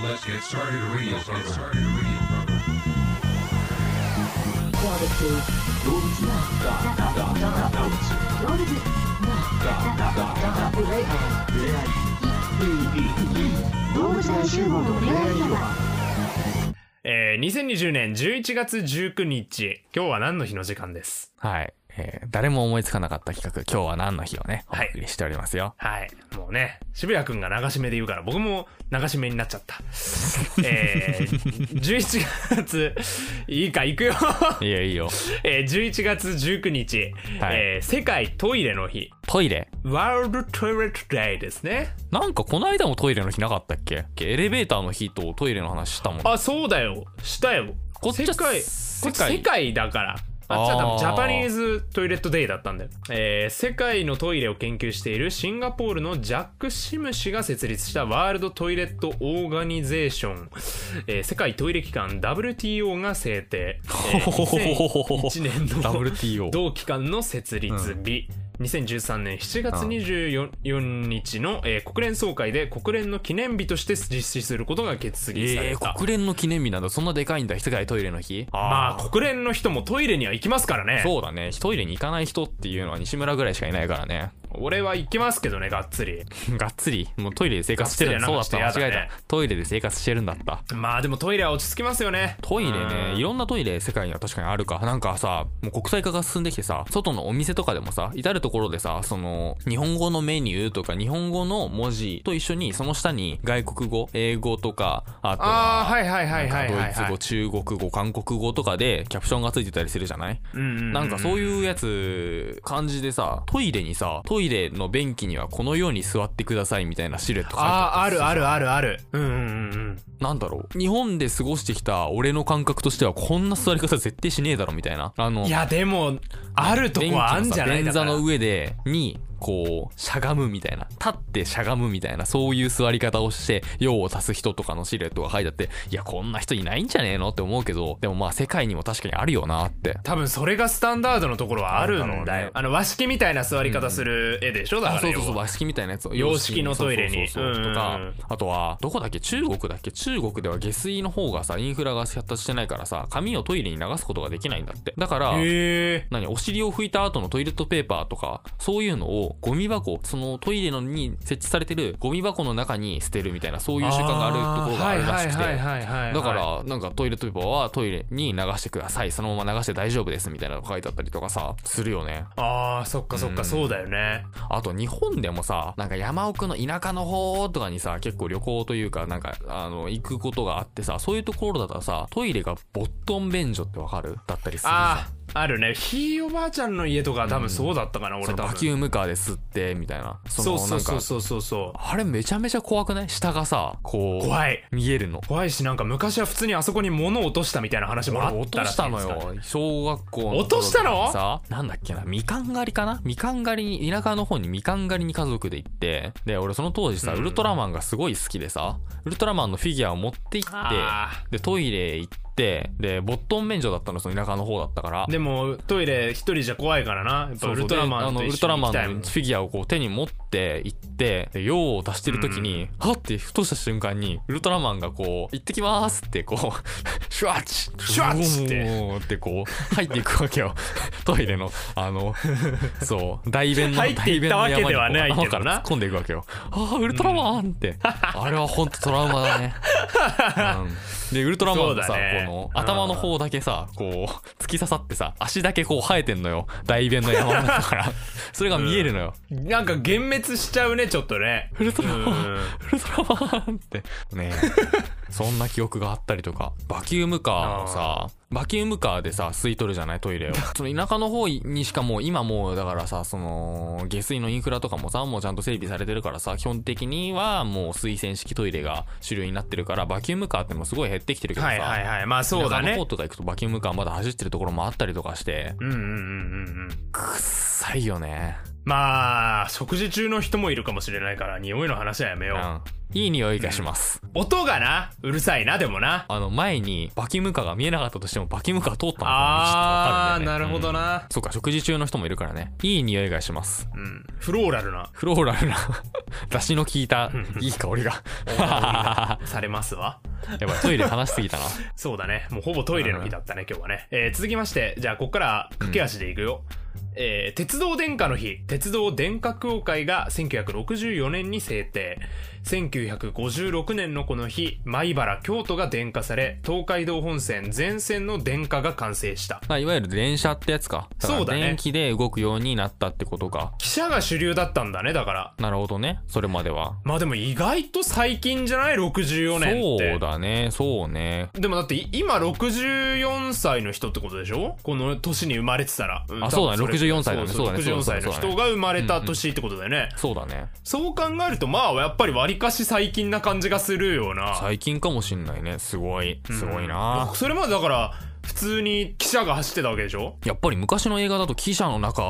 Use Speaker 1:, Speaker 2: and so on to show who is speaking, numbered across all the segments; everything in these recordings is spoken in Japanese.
Speaker 1: Let's get started radio program. Let's get started radio program.
Speaker 2: Barbecue. 動物触れ合い動物大集合の恋愛広場
Speaker 3: えー、2020年11月19日、今日は何の日の時間です。
Speaker 4: はい。えー誰も思いつかなかった企画、今日は何の日をね、お
Speaker 3: はい
Speaker 4: 送りしておりますよ。
Speaker 3: はい。もうね、渋谷くんが流し目で言うから、僕も流し目になっちゃった。えー、11月、いいか、行くよ、
Speaker 4: い、や、いいよ。
Speaker 3: えー、11月19日、
Speaker 4: はい
Speaker 3: えー世界トイレの日、
Speaker 4: トイレ。
Speaker 3: World Toilet Day ですね。
Speaker 4: なんかこの間もトイレの日なかったっけエレベーターの日とトイレの話したもん。
Speaker 3: あ、そうだよ。したよ。
Speaker 4: こっち
Speaker 3: 世
Speaker 4: は
Speaker 3: 界、こ
Speaker 4: 世
Speaker 3: っち世
Speaker 4: 界
Speaker 3: 界だから。あっちは多分
Speaker 4: あー
Speaker 3: ジャパニーズトイレットデイだったんだよ、えー世界のトイレを研究しているシンガポールのジャック・シム氏が設立したワールドトイレット・オーガニゼーション、えー世界トイレ機関 WTO が制定、えー2001年の
Speaker 4: WTO
Speaker 3: 同期間の設立日、2013年7月24日の、えー国連総会で国連の記念日として実施することが決議さ
Speaker 4: え
Speaker 3: れた、
Speaker 4: ー、国連の記念日なんだ。そんなでかいんだ。世界トイレの日。
Speaker 3: まあ国連の人もトイレには行きますからね
Speaker 4: そうだね。トイレに行かない人っていうのは西村ぐらいしかいないか らね。
Speaker 3: 俺は行きますけどねがっつり
Speaker 4: がっつり、もうトイレで生活してるんだ。
Speaker 3: が
Speaker 4: そうだ
Speaker 3: っ
Speaker 4: っ
Speaker 3: つ
Speaker 4: た。
Speaker 3: り
Speaker 4: 間
Speaker 3: な
Speaker 4: 違
Speaker 3: 話
Speaker 4: え
Speaker 3: は嫌だね
Speaker 4: た。トイレで生活してるんだった。
Speaker 3: まあでもトイレは落ち着きますよね
Speaker 4: トイレ
Speaker 3: う
Speaker 4: ね、
Speaker 3: ん
Speaker 4: いろんなトイレ世界には確かにあるか。なんかさ、もう国際化が進んできてさ、外のお店とかでもさ、至るところでさ、その、日本語のメニューとか、日本語の文字と一緒に、その下に外国語、英語とか、あと
Speaker 3: ああ
Speaker 4: は、
Speaker 3: はいはいはい
Speaker 4: な
Speaker 3: はい
Speaker 4: んか
Speaker 3: は
Speaker 4: ド
Speaker 3: い
Speaker 4: イツ語、中国語、韓国語とかでキャプションがついてたりするじゃないなんかそう
Speaker 3: う
Speaker 4: いうやつ、感じでさ、トイレにさ、トイレの便器にはこのように座ってくださいみたいなシルエット書いて
Speaker 3: ああ
Speaker 4: あ
Speaker 3: あ
Speaker 4: る。
Speaker 3: るあるあるあるうんうんうんうん
Speaker 4: なんだろう日本で過ごしてきた俺の感覚としてはこんな座り方絶対しねえだろみたいなあの
Speaker 3: いやでもあると
Speaker 4: 便器
Speaker 3: こはあんじゃない
Speaker 4: の
Speaker 3: だ
Speaker 4: さ
Speaker 3: か
Speaker 4: 便座
Speaker 3: ら
Speaker 4: の上でにこうしゃがむみたいな立ってしゃがむみたいなそういう座り方をして用を足す人とかのシルエットが書いてあっていやこんな人いないんじゃねえのって思うけどでもまあ世界にも確かにあるよなって
Speaker 3: 多分それがスタンダードのところはある
Speaker 4: ある
Speaker 3: ん
Speaker 4: んだ
Speaker 3: だ
Speaker 4: ろう
Speaker 3: よ
Speaker 4: ね
Speaker 3: あの和式みたいな座り方する絵でしょだか
Speaker 4: あ
Speaker 3: ら
Speaker 4: そうそうそう
Speaker 3: 要は
Speaker 4: 和式みたいなやつを
Speaker 3: 洋式のトイレに
Speaker 4: そうそうそうそ
Speaker 3: うんうん
Speaker 4: うと
Speaker 3: う
Speaker 4: か
Speaker 3: ん
Speaker 4: あとはどこだっけ中国だっけ中国では下水の方がさインフラが発達してないからさ紙をトイレに流すことができないんだってだから
Speaker 3: へえ
Speaker 4: 何お尻を拭いた後のトイレットペーパーとかそういうのをゴミ箱そのトイレのに設置されてるゴミ箱の中に捨てるみたいなそういう習慣があるところがあるらしくて
Speaker 3: はいはいはいはいはい
Speaker 4: だからなんかトイレットペーパーはトイレに流してくださいそのまま流して大丈夫ですみたいなのが書いてあったりとかさするよね
Speaker 3: ああそっかそっかそうだよね
Speaker 4: あと日本でもさなんか山奥の田舎の方とかにさ結構旅行というかなんかあの行くことがあってさそういうところだったらさトイレがボットン便所ってわかるだったりするじゃん
Speaker 3: あああるねひいおばあちゃんの家とか多分そうだったかな、俺
Speaker 4: その
Speaker 3: 多
Speaker 4: バ
Speaker 3: 分
Speaker 4: キュームカーで吸ってみたいな
Speaker 3: そうそう
Speaker 4: なんか
Speaker 3: そうそうそうそう
Speaker 4: あれめちゃめちゃ怖くない下がさ、こう、
Speaker 3: 怖い
Speaker 4: 見えるの。
Speaker 3: 怖いしなんか昔は普通にあそこに物を落としたみたいな話もあっ
Speaker 4: 俺落
Speaker 3: た
Speaker 4: と
Speaker 3: ら
Speaker 4: した
Speaker 3: いん
Speaker 4: の
Speaker 3: ですから
Speaker 4: よ。小学校の頃
Speaker 3: 落としたの
Speaker 4: にさ、なんだっけな、みかん狩りかなみかん狩りに、田舎の方にみかん狩りに家族で行って、で、俺その当時さ、
Speaker 3: うん
Speaker 4: ウルトラマンがすごい好きでさ、ウルトラマンのフィギュアを持って行っ
Speaker 3: あ
Speaker 4: て、で、トイレ行って、で、ボットン免除だったの、その田舎の方だったから
Speaker 3: ー。でもトイレ一人じゃ怖いからなやっぱ
Speaker 4: そ
Speaker 3: ウ
Speaker 4: うそう
Speaker 3: ルトラマン
Speaker 4: で
Speaker 3: と
Speaker 4: あのウ
Speaker 3: 一
Speaker 4: ルト
Speaker 3: 緒
Speaker 4: ラ
Speaker 3: に行き
Speaker 4: マン
Speaker 3: たい
Speaker 4: の
Speaker 3: も
Speaker 4: フ
Speaker 3: ん
Speaker 4: ィギュアをこう手に持って行ってで用を足してる時に、はってふとした瞬間にウルトラマンがこう「行ってきます」ってこう シュワッチ
Speaker 3: シュワッチって
Speaker 4: おーってこう入っていくわけよ トイレのあ のそう大便の
Speaker 3: 入っていったわけではないけどな
Speaker 4: 大便の山にこう頭から突っ込んでいくわけよああウルトラマンって、あれは本当トラウマ だね、うんでウルトラマンが
Speaker 3: そ
Speaker 4: さ、
Speaker 3: うだね
Speaker 4: この頭の方だけさこう突 き刺さってさ足だけこう生えてんのよ大便の山の中から それが見えるのよ、
Speaker 3: なんか幻滅しちゃうねちょっとね
Speaker 4: ウルトラ
Speaker 3: う
Speaker 4: マン
Speaker 3: ん
Speaker 4: ウルトラマンってねえそんな記憶があったりとかバキュームカーもさバキュームカーでさ吸い取るじゃないトイレ をその田舎の方にしかもう今もうだからさその下水のインフラとかもさもうちゃんと整備されてるからさ基本的にはもう水洗式トイレが主流になってるからバキュームカーってもすごい減ってきてるけどさ、
Speaker 3: はいはいはい まあそうだ
Speaker 4: 田舎の
Speaker 3: ね
Speaker 4: 方とか行くとバキュームカーまだ走ってるところもあったりとかして
Speaker 3: うんうんうんうんうん
Speaker 4: くっさいよね
Speaker 3: まあ食事中の人もいるかもしれないから匂いの話はやめよう、
Speaker 4: うんいい匂いがします。
Speaker 3: 音がな、うるさいな、でもな。
Speaker 4: あの、前にバキムカが見えなかったとしても、バキムカは通ったのか
Speaker 3: あ
Speaker 4: な
Speaker 3: ー、なるほど。
Speaker 4: 道ってわかんだよねうん
Speaker 3: な。
Speaker 4: そうか、食事中の人もいるからね。いい匂いがします。
Speaker 3: うん。フローラルな、
Speaker 4: フローラルな、 出汁の効いた、いい香りが。
Speaker 3: されますわ。
Speaker 4: やばい、トイレ話しすぎたな。
Speaker 3: そうだね。もうほぼトイレの日だったね、今日はね。えー続きまして、じゃあ、ここから駆け足でいくよ。えー鉄道殿下の日、鉄道殿下協会が1964年に制定。1956年のこの日、米原、京都が電化され、東海道本線全線の電化が完成した。
Speaker 4: あいわゆる電車ってやつか。から
Speaker 3: そうだね
Speaker 4: 電気で動くようになったってことか。
Speaker 3: 汽車が主流だったんだね、だから。
Speaker 4: なるほどね。それまでは。
Speaker 3: まあでも意外と最近じゃない ?64 年って。
Speaker 4: そうだね、そうね。
Speaker 3: でもだってい今64歳の人ってことでしょこの年に生まれてたら。ん
Speaker 4: あそうだね
Speaker 3: 多分れ
Speaker 4: 64歳だねそうだね
Speaker 3: 64歳の
Speaker 4: そうだね
Speaker 3: 人が生まれた年ってことだよね。
Speaker 4: そうだね。
Speaker 3: そう考えるとまあやっぱり割かし最近な感じがするような。
Speaker 4: 最近かもしんないね。すごい。すごいな、
Speaker 3: それまでだから普通に汽車が走ってたわけでしょ
Speaker 4: やっぱり昔の映画だと汽車の中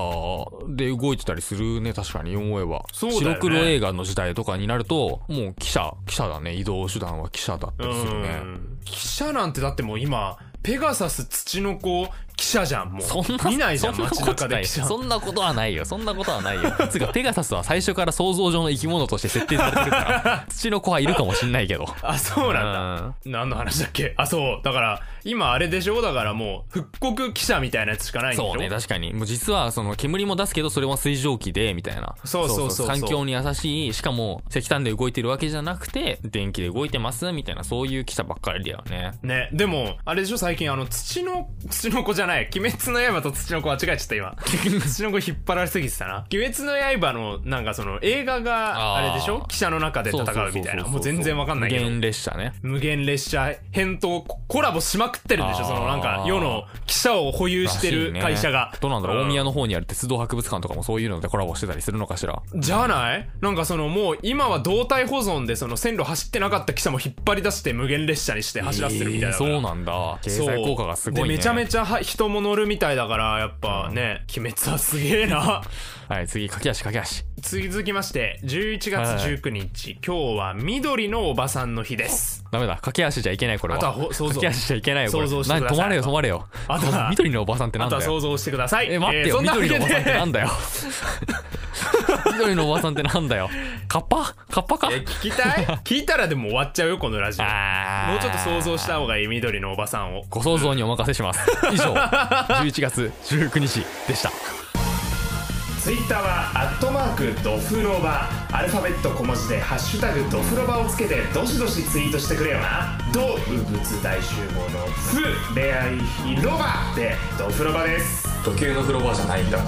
Speaker 4: で動いてたりするね、確かに思えば。
Speaker 3: そうだよね
Speaker 4: 白黒映画の時代とかになると、もう汽車、汽車だね。移動手段は汽車だった
Speaker 3: う
Speaker 4: りするね。
Speaker 3: ん。汽車なんてだってもう今、ペガサス土の子汽車じゃん、もう。
Speaker 4: そんな、
Speaker 3: 見ないじゃん、
Speaker 4: そんな
Speaker 3: 街
Speaker 4: こと
Speaker 3: 中で
Speaker 4: ない。
Speaker 3: 汽車。
Speaker 4: そんなことはないよ。そんなことはないよ。つうか、ペガサスは最初から想像上の生き物として設定されてる から、土の子はいるかもしんないけど。
Speaker 3: あ、そうなんだ。
Speaker 4: うん
Speaker 3: 何の話だっけ あそうだから今あれでしょだからもう復刻記者みたいなやつしかないんでしょ
Speaker 4: そうね、確かに。もう実は、その、煙も出すけど、それは水蒸気で、みたいな。
Speaker 3: そうそうそうそう
Speaker 4: 環境に優しい、しかも、石炭で動いてるわけじゃなくて、電気で動いてます、みたいな、そういう記者ばっかりだよね。
Speaker 3: ねでもあれでしょ最近あの土の土の子じゃない鬼滅の刃と土の子間違えちゃった 今土の子引っ張られすぎてたな鬼滅の刃のなんかその映画が
Speaker 4: あー
Speaker 3: あれでしょ記者の中で戦うみたいなもう全然わかんないけ
Speaker 4: 無
Speaker 3: ど
Speaker 4: 限列車ね。
Speaker 3: 無限列車編とココラボしまくってるんでしょ
Speaker 4: あー
Speaker 3: そのなんか世の記者を保有して
Speaker 4: らしい
Speaker 3: る
Speaker 4: ね
Speaker 3: 会社が、
Speaker 4: どうなんだろう、
Speaker 3: ん
Speaker 4: 大宮の方にある鉄道博物館とかもそういうのでコラボしてたりするのかしら。
Speaker 3: じゃないなんかそのもう今は動体保存でその線路走ってなかった汽車も引っ張り出して無限列車にして走らせてるみたい
Speaker 4: えー
Speaker 3: な、
Speaker 4: そうなんだ。経
Speaker 3: そう
Speaker 4: 済効果がすごいね。
Speaker 3: でめちゃめちゃは人も乗るみたいだからやっぱね、鬼滅はすげえな
Speaker 4: はい、次、駆け足駆け足。
Speaker 3: 続きまして11月19日、今日は緑のおばさんの日です
Speaker 4: ダメだ、駆け足じゃいけない、これは。
Speaker 3: あとはほ想像
Speaker 4: 駆け足じゃいけないよ、これ。
Speaker 3: 想像してください
Speaker 4: な止まれよ、止まれよ。
Speaker 3: あとは
Speaker 4: 緑のおばさんってな
Speaker 3: あ
Speaker 4: ん
Speaker 3: と
Speaker 4: だ
Speaker 3: は想
Speaker 4: よ。
Speaker 3: 像してください
Speaker 4: え、待って
Speaker 3: えー
Speaker 4: よ、
Speaker 3: そんなわけ
Speaker 4: 緑のおばさんってな
Speaker 3: で
Speaker 4: ん だよ。緑のおばさんってなんだよ。カッパカッパか
Speaker 3: え聞きたい聞いたらでも終わっちゃうよこのラジオ
Speaker 4: あー
Speaker 3: もうちょっと想像した方がいい緑のおばさんを
Speaker 4: ご想像にお任せします。以上、11月19日でした。
Speaker 3: ツイッターはアットマークドフロバアルファベット小文字でハッシュタグドフロバをつけてどしどしツイートしてくれよなドウ物大集合のフ恋愛広場でドフロバです
Speaker 4: 時計の風呂場じゃないんだ。